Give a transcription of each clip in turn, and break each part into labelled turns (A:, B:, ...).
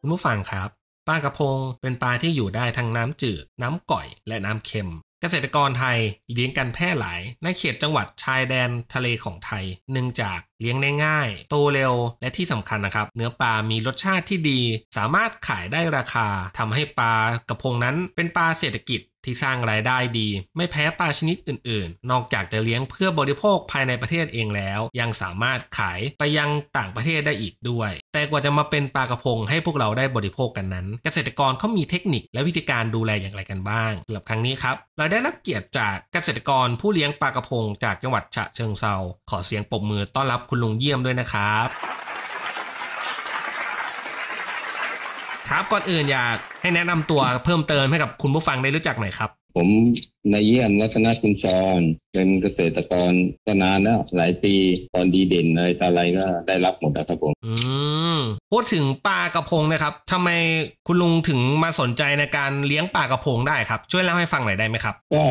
A: คุณผู้ฟังครับปลากระพงเป็นปลาที่อยู่ได้ทั้งน้ำจืด น้ำก่อย และน้ำเค็ม เกษตรกรไทยเลี้ยงกันแพร่หลาย ในเขตจังหวัดชายแดนทะเลของไทย เนื่องจากเลี้ยงได้ง่าย โตเร็ว และที่สำคัญนะครับ เนื้อปลามีรสชาติที่ดี สามารถขายได้ราคาทำให้ปลากระพงนั้นเป็นปลาเศรษฐกิจที่สร้างรายได้ดี ไม่แพ้ปลาชนิดอื่น ๆ นอกจากจะเลี้ยงเพื่อบริโภคภายในประเทศเองแล้ว ยังสามารถขายไปยังต่างประเทศได้อีกด้วย แต่กว่าจะมาเป็นปลากระพงให้พวกเราได้บริโภคกันนั้น เกษตรกรเขามีเทคนิคและวิธีการดูแลอย่างไรกันบ้างสำหรับครั้งนี้ครับ เราได้รับเกียรติจากเกษตรกรผู้เลี้ยงปลากระพงจากจังหวัดฉะเชิงเซาขอเสียงปรบมือต้อนรับคุณลุงเยี่ยมด้วยนะครับ ครับก่อนอื่นอยากให้แนะนำตัวเพิ่มเติมให้กับคุณผู้ฟังได้รู้จักหน่อยครับ
B: ผมนายเยี่ยมลักษณะคุณชรเป็นเกษตรกรก็นานแล้วหลายปีตอนดีเด่นอะไรต่ออะไรก็ได้รับหมดนะครับผม
A: อืมพูดถึงปลากระพงนะครับทำไมคุณลุงถึงมาสนใจในการเลี้ยงปลากระพงได้ครับ ช่วยเล่าให้ฟังหน่อยได้ไหมครับ
B: ก็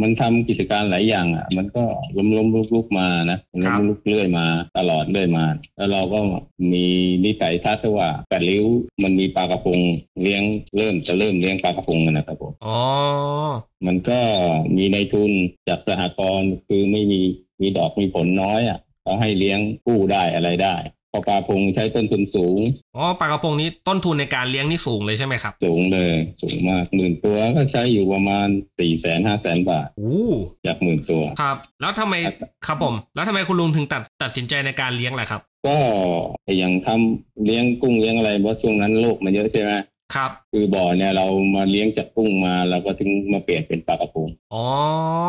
B: มันทำกิจการหลายอย่างอ่ะ มันก็ล้มล้มลุกลุกมานะ
A: ครั
B: ล้
A: บ
B: มลุกเรื่อยมาตลอดเรื่อยมา แล้วเราก็มีนิสัยทัศน์ว่าแปดริ้วมันมีปลากระพงเลี้ยงเริ่มจะเริ่มเลี้ยงปลากระพงกันนะครับผม
A: อ๋อ
B: มันก็มีในทุนจากสหกรณ์คือไม่มีมีดอกมีผลน้อยอ่ะเขาให้เลี้ยงกู้ได้อะไรได้เพอปลาพงใช้ต้นทุนสูง
A: อ๋อปลากระพงนี้ต้นทุนในการเลี้ยงนี่สูงเลยใช่ไหมครับ
B: สูงเลยสูงมากหมื่นตัวก็ใช้อยู่ประมาณสี่แสนห้าแสนบาท
A: อู้
B: จากหมื่นตัว
A: ครับ แล้วทำไมครับผม แล้วทำไมคุณลุงถึงตัดตัดสินใจในการเลี้ยงล่ะครับ
B: ก็อย่างทำเลี้ยงกุ้งเลี้ยงอะไรเพราะช่วงนั้นโลกมันเยอะใช่ไหม
A: ครับ
B: คือบ่อเนี่ยเรามาเลี้ยงจากกุ้งมาเราก็ถึงมาเปลี่ยนเป็นปลากระพง
A: อ๋อ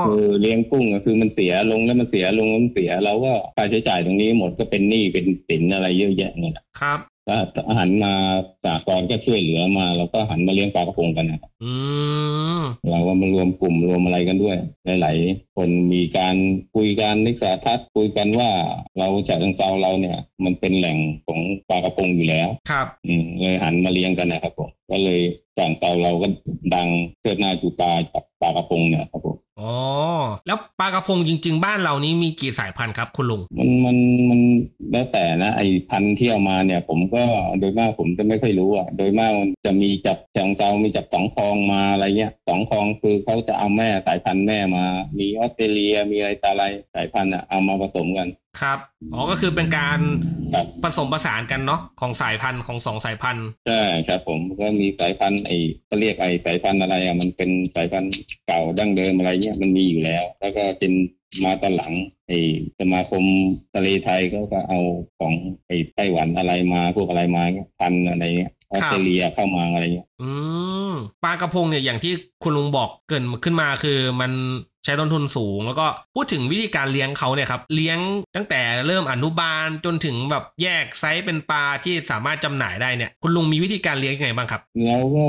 B: คือเลี้ยงกุ้งก็คือมันเสียลงแล้วมันเสียลงแล้วมันเสียเราก็ค่าใช้จ่ายตรงนี้หมดก็เป็นหนี้เป็นสินอะไรเยอะแยะเนี่ย
A: ครับ
B: ก็หันมาสากรณ์ก็ช่วยเหลือมาเราก็หันมาเลี้ยงปลากระพงกันนะครับ
A: อืม
B: เราก็มารวมกลุ่มรวมอะไรกันด้วย หลายๆคนมีการคุยกันนิสาทัศน์คุยกันว่าเราจากทางเซาเราเนี่ย มันเป็นแหล่งของปลากระพงอยู่แล้ว
A: ครับ
B: อืมเลยหันมาเลี้ยงกันนะครับผมก็เลยฝั่งเซาเราก็ดังเชิดหน้าจูตาจากปลากระพงเนี่ยครับผม
A: อ๋อแล้วปลากระพงจริง ๆ บ้านเรานี้มีกี่สายพันธุ์ครับ คุณลุง
B: มันมันมันแล้วแต่นะไอ้พันธุ์ที่เอามาเนี่ย ผมก็โดยมากผมจะไม่ค่อยรู้อ่ะโดยมากมันจะมีจับจางเซามีจับสองคลองมาอะไรเงี้ยสองคลองคือเขาจะเอาแม่สายพันธุ์แม่มา มีออสเตรเลียมีอะไรต่ออะไรสายพันธุ์อ่ะเอามาผสมกัน
A: ครับอ๋อก็คือเป็นการ
B: ครับ
A: ผสมผสานกันเนาะของสายพันธุ์ของสองสายพันธุ์
B: ใช่ครับผมก็มีสายพันธุ์ไอ้ก็เรียกไอ้สายพันธุ์อะไรอ่ะมันเป็นสายพันธุ์เก่าดั้งเดิมอะไรเงี้ยมันมีอยู่แล้ว แล้วก็เป็นมาตอนหลังไอ้สมาคมทะเลไทยเขาก็เอาของไอ้ไต้หวันอะไรมาพวกอะไรมาเงี้ยพันธุ์อะไรเงี้ยออสเตรเลียเข้ามาอะไรเงี้ย
A: อืมปลากระพงเนี่ยอย่างที่คุณลุงบอกเกรินขึ้นมาคือมันใช้ต้นทุนสูง แล้วก็พูดถึงวิธีการเลี้ยงเขาเนี่ยครับเลี้ยงตั้งแต่เริ่มอนุบาลจนถึงแบบแยกไซส์เป็นปลาที่สามารถจำหน่ายได้เนี่ย คุณลุงมีวิธีการเลี้ยงยังไงบ้างครับ
B: แล้วก็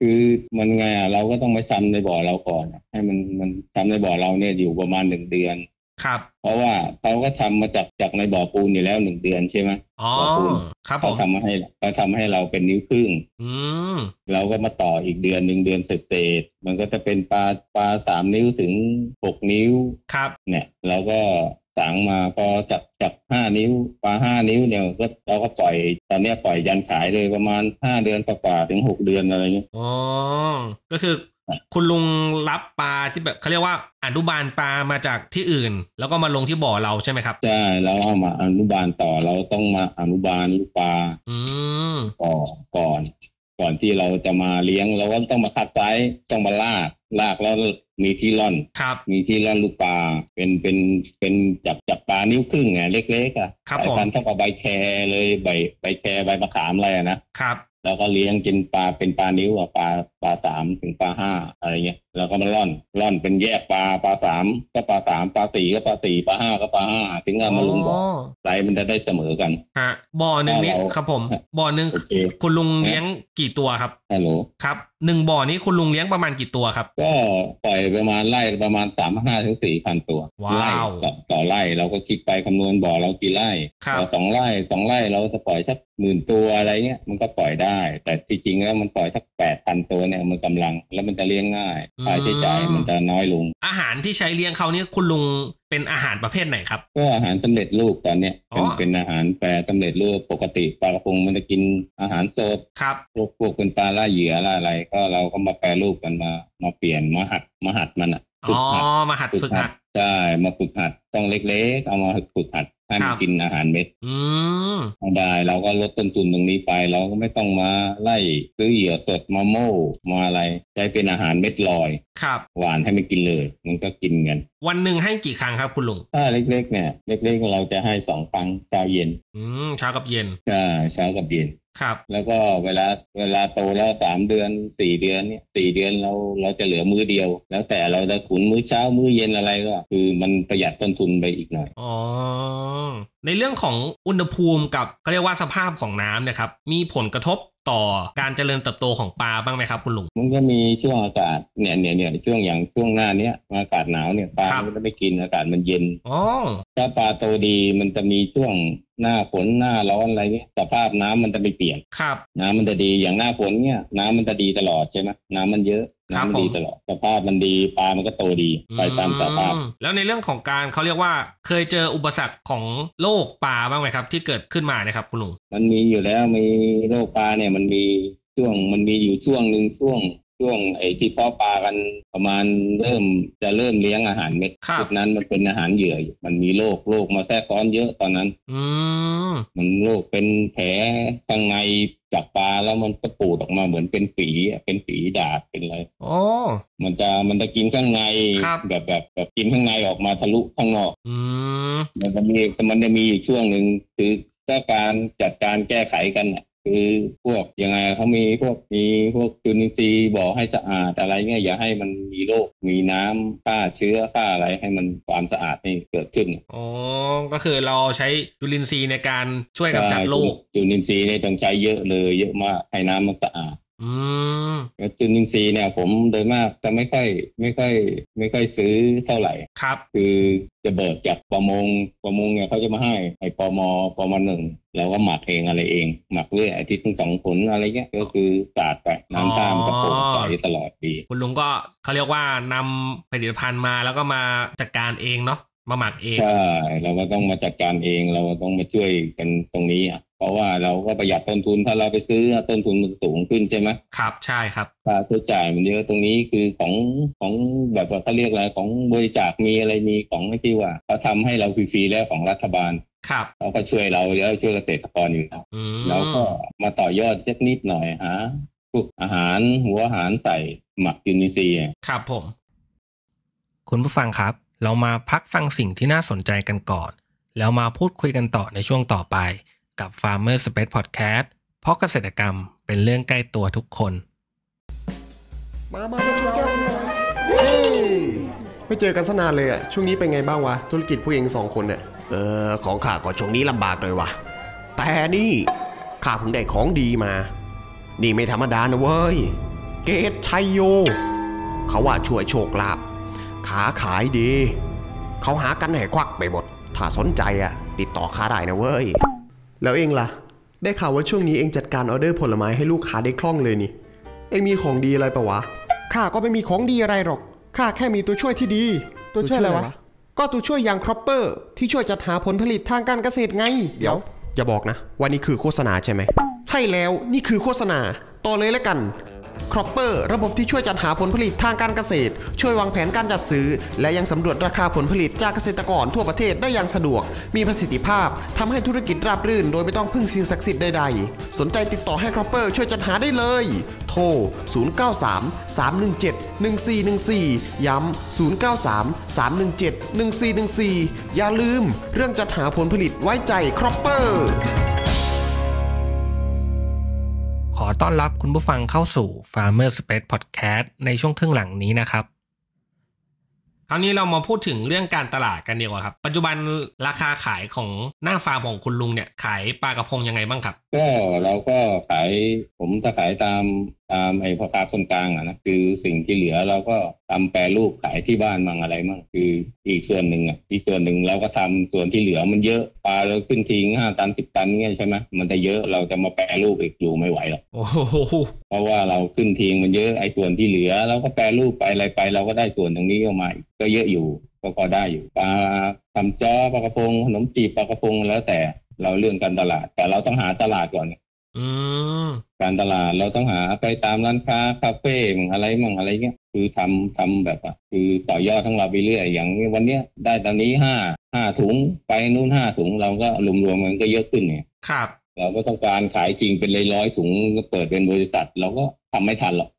B: คือมันไงอ่ะเราก็ต้องไปซ้ำในบ่อเราก่อนอะให้มันมันซ้ำในบ่อเราเนี่ยอยู่ประมาณหนึ่งเดือน
A: ครับ
B: เพราะว่าเขาก็ทำมาจากจากในบ่อปูนอยู่แล้วหนึ่งเดือนใช่ไหม
A: อ๋อครับผ
B: เขา
A: ม
B: ทำมาให้เขาทำให้เราเป็นนิ้วครึ่ง
A: อืม
B: เราก็มาต่ออีกเดือนหนึ่งเดือนเศษๆมันก็จะเป็นปลาปลาสามนิ้วถึงหกนิ้ว
A: ครับ
B: เนี่ยเราก็สังมาพอจับจับห้านิ้วปลาห้านิ้วเนี่ยก็เราก็ปล่อยตอนเนี้ยปล่อยยันขายเลยประมาณห้าเดือนกว่าๆถึงหกเดือนอะไรเงี้ย
A: อ๋อก็คือ คุณลุงรับปลาที่แบบเขาเรียกว่าอนุบาลปลามาจากที่อื่น แล้วก็มาลงที่บ่อเราใช่ไหมครับ
B: ใช่เราเอามาอนุบาลต่อเราต้องมาอนุบาลลูกปลา
A: อืม
B: ก่อนก่อน ก่อนที่เราจะมาเลี้ยงเราก็ต้องมาคัดไซส์ต้องมาลากลากแล้วมีที่ร่อน
A: ครับ
B: มีที่ร่อนลูกปลาเป็นเป็นเป็นจับจับปลานิ้วครึ่งไงเล็กๆอ่ะ
A: ครับ
B: สาย
A: ผม
B: พันธุ์เท่ากับใบแครเลยใบใบแครใบมะขามอะไรอะนะครับ แล้วก็เลี้ยงกินปลาเป็นปลานิ้วอะปลาปลาสามถึงปลาห้าอะไรเงี้ยแล้วก็มันร่อนร่อนเป็นแยกปลาปลาสามก็ปลาสามปลาสี่ก็ปลาสี่ปลาห้าก็ปลาห้าถึงเอามาลงบ่อ
A: อ
B: ไซส์มันจะได้เสมอกัน
A: ฮะบ่อหนึ่งนี้
B: เอาเรา
A: ครับผม บ่อหนึ่ง
B: โอเค
A: คุณลุงเลี้ยงกี่ตัวครับ
B: ฮัลโหล
A: ครับหนึ่งบ่อนี้คุณลุงเลี้ยงประมาณกี่ตัวครับ
B: ก็ปล่อยประมาณไล่ประมาณสามห้าถึงสี่พันตัว
A: ว้าว
B: ไล่ต่อต่อไล่เราก็คิดไปคำนวณบ่อเรากี่ไร่
A: ครับ
B: เราสองไร่สองไร่เราจะปล่อยสักหมื่นตัวอะไรเงี้ยมันก็ปล่อยได้ แต่ที่จริงแล้วมันปล่อยสักแปดพันตัวเนี่ยมันกำลัง แล้วมันจะเลี้ยงง่ายค่าใช้จ่ายมันจะน้อยลง
A: อาหารที่ใช้เลี้ยงเขานี่คุณลุงเป็นอาหารประเภทไหนครับ
B: ก็อาหารสำเร็จรูปตอนเนี้ย
A: อ๋
B: เป็
A: อ
B: นเป็นอาหารแปรสำเร็จรูปปกติปลากระพงมันจะกินอาหารสด
A: ครับ
B: พวกพวกเป็นปลาล่าเหยื่อล่าอะไร ก็เราก็มาแปรรูปกันมามาเปลี่ยนมาหัดมาหัดมันอ่ะฝึ
A: อ๋
B: ก
A: อ
B: หัด
A: มาหัดฝึกหัด
B: ใช่มาฝึกหัดต้องเล็กๆ เอามาฝึกหัดให้มั
A: ครั
B: น
A: บ
B: กินอาหารเม็ด
A: อืม
B: ได้เราก็ลดต้นทุนตรงนี้ไป เราก็ไม่ต้องมาไล่ซื้อเหยื่อสดมาโม่มาอะไรใช้เป็นอาหารเม็ดลอย
A: ครับ
B: หวานให้มันกินเลย มันก็กินกัน
A: วันหนึ่งให้กี่ครั้งครับ คุณลุง
B: ถ้าเล็กๆ เนี่ย เล็กๆ เราจะให้สองครั้งเช้าเย็น
A: อืมเช้ากับเย็น
B: ใช่เช้ากับเย็น
A: ครับ
B: แล้วก็เวลาเวลาโตแล้วสามเดือนสี่เดือนเนี่ยสี่เดือนเราเราจะเหลือมื้อเดียว แล้วแต่เราจะขุนมื้อเช้ามื้อเย็นอะไรก็คือมันประหยัดต้นทุนไปอีกหน่อย
A: อ๋อ ในเรื่องของอุณหภูมิกับเขาเรียกว่าสภาพของน้ำเนะครับ มีผลกระทบต่อการเจริญเติบโตของปลาบ้างไหมครับคุณลุง
B: มันก็มีช่วงอากาศเนี่ยเนี่ยเนี่ยช่วงอย่างช่วงหน้าเนี้ยอากาศหนาวเนี่ยปลา
A: ครับ
B: มันจะไม่กินอากาศมันเย็น
A: อ๋อ
B: ถ้าปลาโตดีมันจะมีช่วงหน้าฝนหน้าร้อนอะไรเนี่ยสภาพน้ำมันจะไม่เปลี่ยน
A: ครับ
B: น้ำมันจะดีอย่างหน้าฝนเนี่ย น้ำมันจะดีตลอดใช่ไหมน้ำมันเยอะ
A: ครับ
B: น้ำมันดี
A: ผม
B: ตลอดสภาพมันดีปลามันก็โตดีไปตามสภาพ
A: อืมแล้วในเรื่องของการเขาเรียกว่าเคยเจออุปสรรคของโรคปลาบ้างไหมครับ ที่เกิดขึ้นมาเนะครับคุณลุง
B: มันมีอยู่แล้วมีโรคปลาเนี่ยมันมีช่วงมันมีอยู่ช่วงหนึ่งช่วง ช่วงไอ้ที่เพ่อปลากันประมาณเริ่มจะเริ่มเลี้ยงอาหารเม็ด
A: ครับ
B: จุดนั้นมันเป็นอาหารเหยื่ออยู่มันมีโรคโรคมาแทรกซ้อนเยอะตอนนั้น
A: อืม
B: มันโรคเป็นแผลข้างในจากปลาแล้วมันก็ปูดออกมาเหมือนเป็นฝีอะเป็นฝีดาดเป็นอะไร
A: โอ้
B: มันจะมันจะกินข้างใน
A: ครับ
B: แบบแบบแบบกินข้างในออกมาทะลุข้างนอก
A: อืม
B: มันจะมีมันจะมีอยู่ช่วงหนึ่งคือก็การจัดการแก้ไขกันน่ะคือพวกยังไงเขามีพวกมีพวกจุลินทรีย์บ่อให้สะอาดอะไรเงี้ยอย่าให้มันมีโรคมีน้ำฆ่าเชื้อฆ่าอะไรให้มันความสะอาดนี่เกิดขึ้น
A: อ๋อ ก็คือเราใช้จุลินทรีย์ในการช่วยกำจัดโรค
B: จุลินทรีย์นี่ต้องใช้เยอะเลย เยอะมากให้น้ำมันสะอาด
A: อืม
B: แล้วจุลินทรีย์เนี่ยผมโดยมากจะไม่ค่อยไม่ค่อยไม่ค่อยซื้อเท่าไหร่
A: ครับ
B: คือจะเบิกจากประมงประมงเนี่ยเขาจะมาให้ไอ้ปมปมหนึ่งเราก็หมักเองอะไรเอง หมักเรื่อยอาทิตย์ถึงสองผลอะไรเงี้ยก็คือสาดไปน้ำตามกระโปรงใสตลอดดี
A: คุณลุงก็เขาเรียกว่านำผลิตภัณฑ์มาแล้วก็มาจัดการเองเนาะมาหมักเอง
B: ใช่เราก็ต้องมาจัดการเองเราก็ต้องมาช่วยกันตรงนี้อ่ะเพราะว่าเราก็ประหยัดต้นทุนถ้าเราไปซื้อต้นทุนมันสูงขึ้นใช่ไหม
A: ครับใช่ครับ
B: ค่าใช้จ่ายมันเยอะตรงนี้คือของของแบบว่าเขาเรียกอะไรของบริจาคมีอะไรมีของที่ว่าเขาทำให้เราฟรีๆแล้วของรัฐบาล
A: ครับ
B: เขาก็ช่วยเราแล้วช่วยเกษตรกรอยู่แล้ว
A: อืม
B: แล้วก็มาต่อยอดสักนิดหน่อยหาพวกอาหารหัวอาหารใส่หมักยูนิซีย์
A: ครับผม คุณผู้ฟังครับ เรามาพักฟังสิ่งที่น่าสนใจกันก่อน แล้วมาพูดคุยกันต่อในช่วงต่อไป กับ Farmer Space Podcast เพราะเกษตรกรรมเป็นเรื่องใกล้ตัวทุกคน
C: มามามาชนแก้วกันหน่อยเฮ้ยไม่เจอกันสนานเลยอะช่วงนี้เป็นไงบ้างวะ ธุรกิจผู้เองสองคนเนี่ย
D: เออของข้าก็ช่วงนี้ลำบากเลยว่ะ แต่นี่ข้าเพิ่งได้ของดีมา นี่ไม่ธรรมดานะเว้ย เกตชัยโย เขาว่าช่วยโชคลาภขาขายดี เขาหากันให้ควักไปหมด ถ้าสนใจอะติดต่อข้าได้นะเว้ย
C: แล้วเองล่ะ ได้ข่าวว่าช่วงนี้เองจัดการออเดอร์ผลไม้ให้ลูกค้าได้คล่องเลยนี่ เองมีของดีอะไรปะวะ
E: ข้าก็ไม่มีของดีอะไรหรอก ข้าแค่มีตัวช่วยที่ดี ตัวช่วยอะไร
C: ตัวช่วยอะไร
E: วะ
C: วะ
E: ก็ตัวช่วยอย่างครอปเปอร์ที่ช่วยจัดหาผลผลิตทางการเกษตรไง
C: เดี๋ยว อย่าบอกนะว่านี่คือโฆษณาใช่ไหม
E: ใช่แล้วนี่คือโฆษณา ต่อเลยแล้วกัน
D: ครอปเปอร์ระบบที่ช่วยจัดหาผลผลิตทางการเกษตร ช่วยวางแผนการจัดซื้อ และยังสำรวจราคาผลผลิตจากเกษตรกรทั่วประเทศได้อย่างสะดวก มีประสิทธิภาพทำให้ธุรกิจราบรื่น โดยไม่ต้องพึ่งสิ่งศักดิ์สิทธิ์ใดๆ สนใจติดต่อให้ครอปเปอร์ช่วยจัดหาได้เลย โทร 0 9 3 3 1 7 1 4 1 4 ย้ำ 0 9 3 3 1 7 1 4 1 4 อย่าลืม เรื่องจัดหาผลผลิตไว้ใจครอปเปอร์
A: ข ขอต้อนรับคุณผู้ฟังเข้าสู่ Farmer Space Podcast ในช่วงครึ่งหลังนี้นะครับ คราวนี้เรามาพูดถึงเรื่องการตลาดกันดีกว่าครับ ปัจจุบันราคาขายของหน้าฟาร์มของคุณลุงเนี่ยขายปลากระพงยังไงบ้างครับ
B: ก็เราก็ขายผมจะขายตามตามไอ้พ่อค้าคนกลางอะนะคือสิ่งที่เหลือเราก็ทำแปรรูปขายที่บ้านมั่งอะไรมั่งคืออีกส่วนหนึ่งอ่ะอีกส่วนหนึ่งเราก็ทำส่วนที่เหลือมันเยอะปลาเราขึ้นทิ้งห้าตันสิบตันเงี้ยใช่ไหมมันจะเยอะเราจะมาแปรรูปอีกอยู่ไม่ไหวหรอก
A: โอ้โห
B: เพราะว่าเราขึ้นทิ้งมันเยอะไอ้ส่วนที่เหลือเราก็แปรรูปไปอะไรไปเราก็ได้ส่วนตรงนี้ออกมาอีกก็เยอะอยู่ก็พอได้อยู่ปลาทำจ้อปลากระพงขนมจีบปลากระพงแล้วแต่เราเรื่องการตลาด แต่เราต้องหาตลาดก่อน
A: อืม
B: การตลาดเราต้องหาไปตามร้านค้าคาเฟ่มั่งอะไรมั่งอะไรเงี้ยคือทำทำแบบอ่ะคือต่อยอดทั้งเราไปเรื่อยอย่างวันเนี้ยได้ตอนนี้ห้าห้าถุงไปนู่นห้าถุงเราก็รวมๆมันก็เยอะขึ้นเนี่ย
A: ครับ
B: เราก็ต้องการขายจริงเป็นร้อยๆถุงก็เปิดเป็นบริษัท เราก็ทำไม่ทันหรอก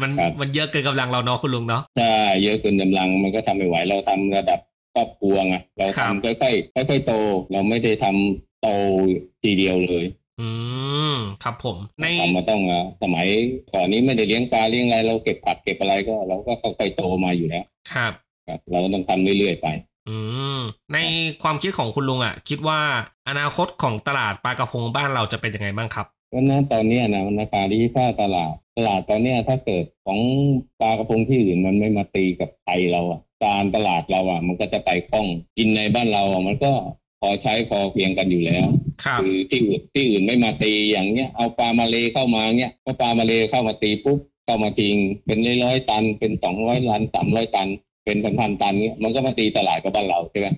A: มัน
B: ครับ
A: มันเยอะเกินกำลังเราเนาะคุณลุงเนาะ
B: ถ้าเยอะเกินกำลังมันก็ทำไม่ไหว เราทำระดับครอบครัวไงเรา
A: ครับ
B: ทำค่อยๆค่อยๆโต เราไม่ได้ทำโตทีเดียวเลย
A: อืม ครับผม ใน
B: ทำมาต้องอ่ะสมัยก่อนนี้ไม่ได้เลี้ยงปลาเลี้ยงอะไรเราเก็บผักเก็บอะไรก็ เราก็ค่อยๆโตมาอยู่แล้ว
A: ครับ
B: ครับเราก็ต้องทำเรื่อยๆไป
A: อืม ในความคิดของคุณลุงอ่ะ คิดว่าอนาคตของตลาดปลากระพงบ้านเราจะเป็นยังไงบ้างครับ
B: ก็นั้นตอนเนี้ยนะมันราคาที่ค่าตลาดตลาดตอนเนี้ยถ้าเกิดของปลากระพงที่อื่นมันไม่มาตีกับไทยเราอ่ะการตลาดเราอ่ะ มันก็จะไปคล่องกินในบ้านเราอ่ะมันก็พอใช้พอเพียงกันอยู่แล้ว
A: ครับ
B: คือที่อื่นที่อื่นไม่มาตีอย่างเงี้ยเอาปลามาเลเข้ามาเงี้ยพอปลามาเลเข้ามาตีปุ๊บเข้ามาทิ้งเป็นร้อยๆตัน เป็นสองร้อยตันสามร้อยตัน เป็นพันพันๆตันเงี้ยมันก็มาตีตลาดกับบ้านเราใช่ไหม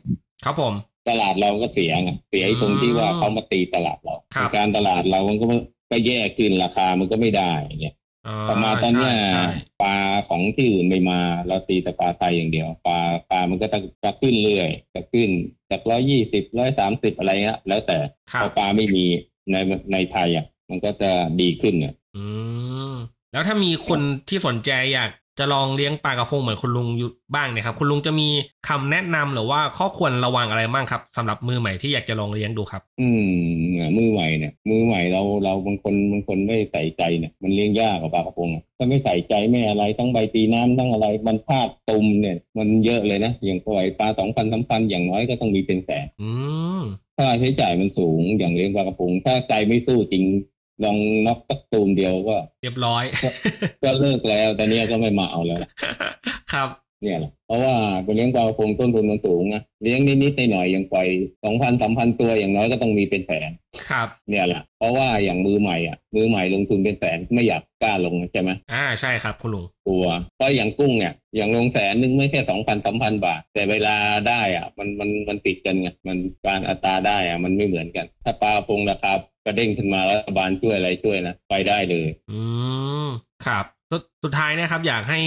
A: ครับผม
B: ตลาดเราก็เสียไงเสียไอ้ตรงที่ว่าเขามาตีตลาดเรา
A: ครับ
B: การตลาดเรามันก็ก็แย่ขึ้นราคามันก็ไม่ได้เงี้ย
A: อ่
B: ประมาณตอนเนี้ย
A: ใช่ใช่
B: ปลาของที่อื่นไม่มาเราตีแต่ปลาไทยอย่างเดียวปลาปลามันก็จะจะขึ้นเรื่อยจะขึ้นจากร้อยยี่สิบร้อยสามสิบอะไรเงี้ยแล้วแต่
A: ครั
B: พ
A: บ
B: อปลาไม่มีในในไทยอ่ะมันก็จะดีขึ้นเนี่ย
A: อืม แล้วถ้ามีคนที่สนใจอยากจะลองเลี้ยงปลากระพงเหมือนคุณลุงอยู่บ้างเนี่ยครับ คุณลุงจะมีคำแนะนำหรือว่าข้อควรระวังอะไรบ้างครับสำหรับมือใหม่ที่อยากจะลองเลี้ยงดูครับ
B: อืมเนี่ยมือใหม่เนี่ย มือใหม่เราเราบางคนบางคนไม่ใส่ใจเนี่ยมันเลี้ยงยากกว่าปลากระพงอะถ้าไม่ใส่ใจไม่อะไรทั้งใบตีน้ำทั้งอะไรมันพลาดตุ่มเนี่ย มันเยอะเลยนะอย่างปล่อยปลาสองพันสามพันอย่างน้อยก็ต้องมีเป็นแสน
A: อืม
B: ค่าใช้จ่ายมันสูงอย่างเลี้ยงปลากระพงถ้าใจไม่สู้จริงลองน็อกสักตูมเดียวก็
A: เรียบร้อย
B: ก็เลิกแล้วแต่เนี้ยก็ไม่มาเอาแล้ว
A: ครับ
B: เนี่ยแหละเพราะว่าไปเลี้ยงปลากระพงต้นทุนมันสูงนะเลี้ยงนิดๆหน่อยๆอย่างปล่อยสองพันสามพันตัวอย่างน้อยก็ต้องมีเป็นแสน
A: ครับ
B: เนี่ยแหละเพราะว่าอย่างมือใหม่อ่ะมือใหม่ลงทุนเป็นแสนไม่อยากกล้าลงใช่ไหม
A: อ่า ใช่ครับ คุณลุง
B: กลัวเพราะอย่างกุ้งเนี่ยอย่างลงแสนนึงไม่แค่สองพันสามพันบาท แต่เวลาได้อ่ะมันมันมันติดกันไงมันการอัตราได้อ่ะมันไม่เหมือนกัน ถ้าปลากระพงราคากระเด้งขึ้นมารัฐบาลช่วยอะไรช่วยนะไปได้เลย
A: อืม ครับสดสุดท้ายนะครับ อยากให้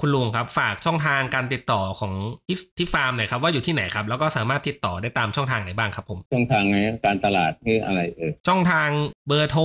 A: คุณลุงครับ ฝากช่องทางการติดต่อของที่ที่ฟาร์มหน่อยครับ ว่าอยู่ที่ไหนครับ แล้วก็สามารถติดต่อได้ตามช่องทางไหนบ้างครับผม
B: ช่องทางไงการตลาดนี่อะไรเออ
A: ช่องทางเบอร์โทร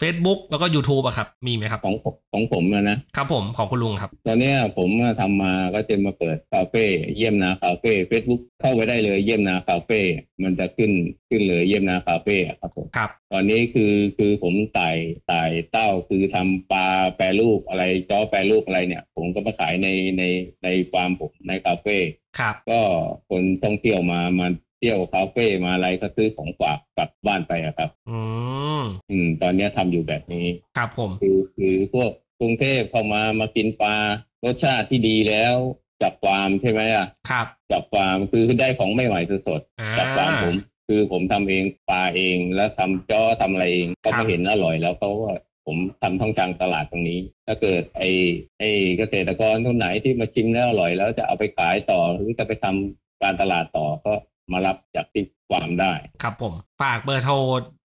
A: Facebook แล้วก็ YouTube อะครับ มีไหมครับ
B: ของผมของผมนะนะ
A: ครับผมของคุณลุงครับ
B: ตอนเนี้ยผมทำมาก็จะมาเปิดคาเฟ่เยี่ยมนาคาเฟ่ Facebook เข้าไปได้เลยเยี่ยมนาคาเฟ่มันจะขึ้นขึ้นเลยเยี่ยมนาคาเฟ่อะครับผม
A: ครับ
B: ตอนนี้คือคือผมไต่ไต่เต้าคือทำปลาแปรรูปอะไรจ้อแปรรูปอะไรเนี่ย ผมก็มาขายในในในฟาร์มผมในคาเฟ่
A: ครับ
B: ก็คนท่องเที่ยวมามาเที่ยวคาเฟ่มาอะไรก็ซื้อของฝากกลับบ้านไปอะครับ
A: อืม
B: อืม ตอนเนี้ยทำอยู่แบบนี้
A: ครับผม
B: คือคือพวกกรุงเทพเข้ามามากินปลารสชาติที่ดีแล้วจากฟาร์มใช่ไหมอ่ะ
A: ครับ
B: จากฟาร์มคือได้ของไม่ไหวสด
A: อ่า
B: ๆจากฟาร์มผมคือผมทำเองปลาเองแล้วทำจ้อทำอะไรเองเขา
A: ครับ
B: มาเห็นอร่อยแล้วเขาก็ผมทำท่องทางตลาดตรงนี้ ถ้าเกิดไอ้ไอ้เกษตรกรคนไหนที่มาชิมแล้วอร่อย แล้วจะเอาไปขายต่อหรือจะไปทำการตลาดต่อก็มารับจากที่ฟาร์มได้
A: ครับผม ฝากเบอร์โทร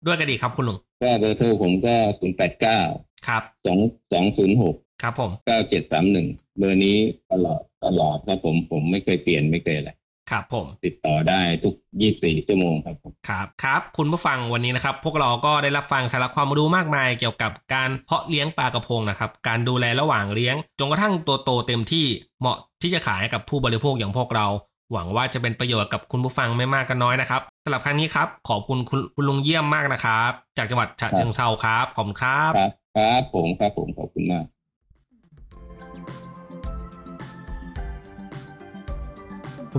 A: ด้วยก็ดีครับคุณลุง
B: ก็เบอร์โทรผมก็ศูนย์แปดเก้า
A: ครับ
B: สองสองศูนย์หก
A: ครับผม
B: เก้าเจ็ดสามหนึ่งเบอร์นี้ตลอดตลอดครับผมผมไม่เคยเปลี่ยนไม่เคยอะไร
A: ครับผม
B: ติดต่อได้ทุกยี่สี่ชั่วโมงครับผม
A: ครับครับคุณผู้ฟังวันนี้นะครับ พวกเราก็ได้รับฟังสาระความรู้มากมายเกี่ยวกับการเพาะเลี้ยงปลากระพงนะครับ การดูแลระหว่างเลี้ยง จนกระทั่งตัวโตเต็มที่เหมาะที่จะขายให้กับผู้บริโภคอย่างพวกเรา หวังว่าจะเป็นประโยชน์กับคุณผู้ฟังไม่มากก็น้อยนะครับสำหรับครั้งนี้ครับขอบคุณคุณคุณลุงเยี่ยมมากนะครับ จากจังหวัดฉะเชิงเทราครับขอบคุณครับ
B: ครับครับผมครับผมขอบคุณมาก
A: คุ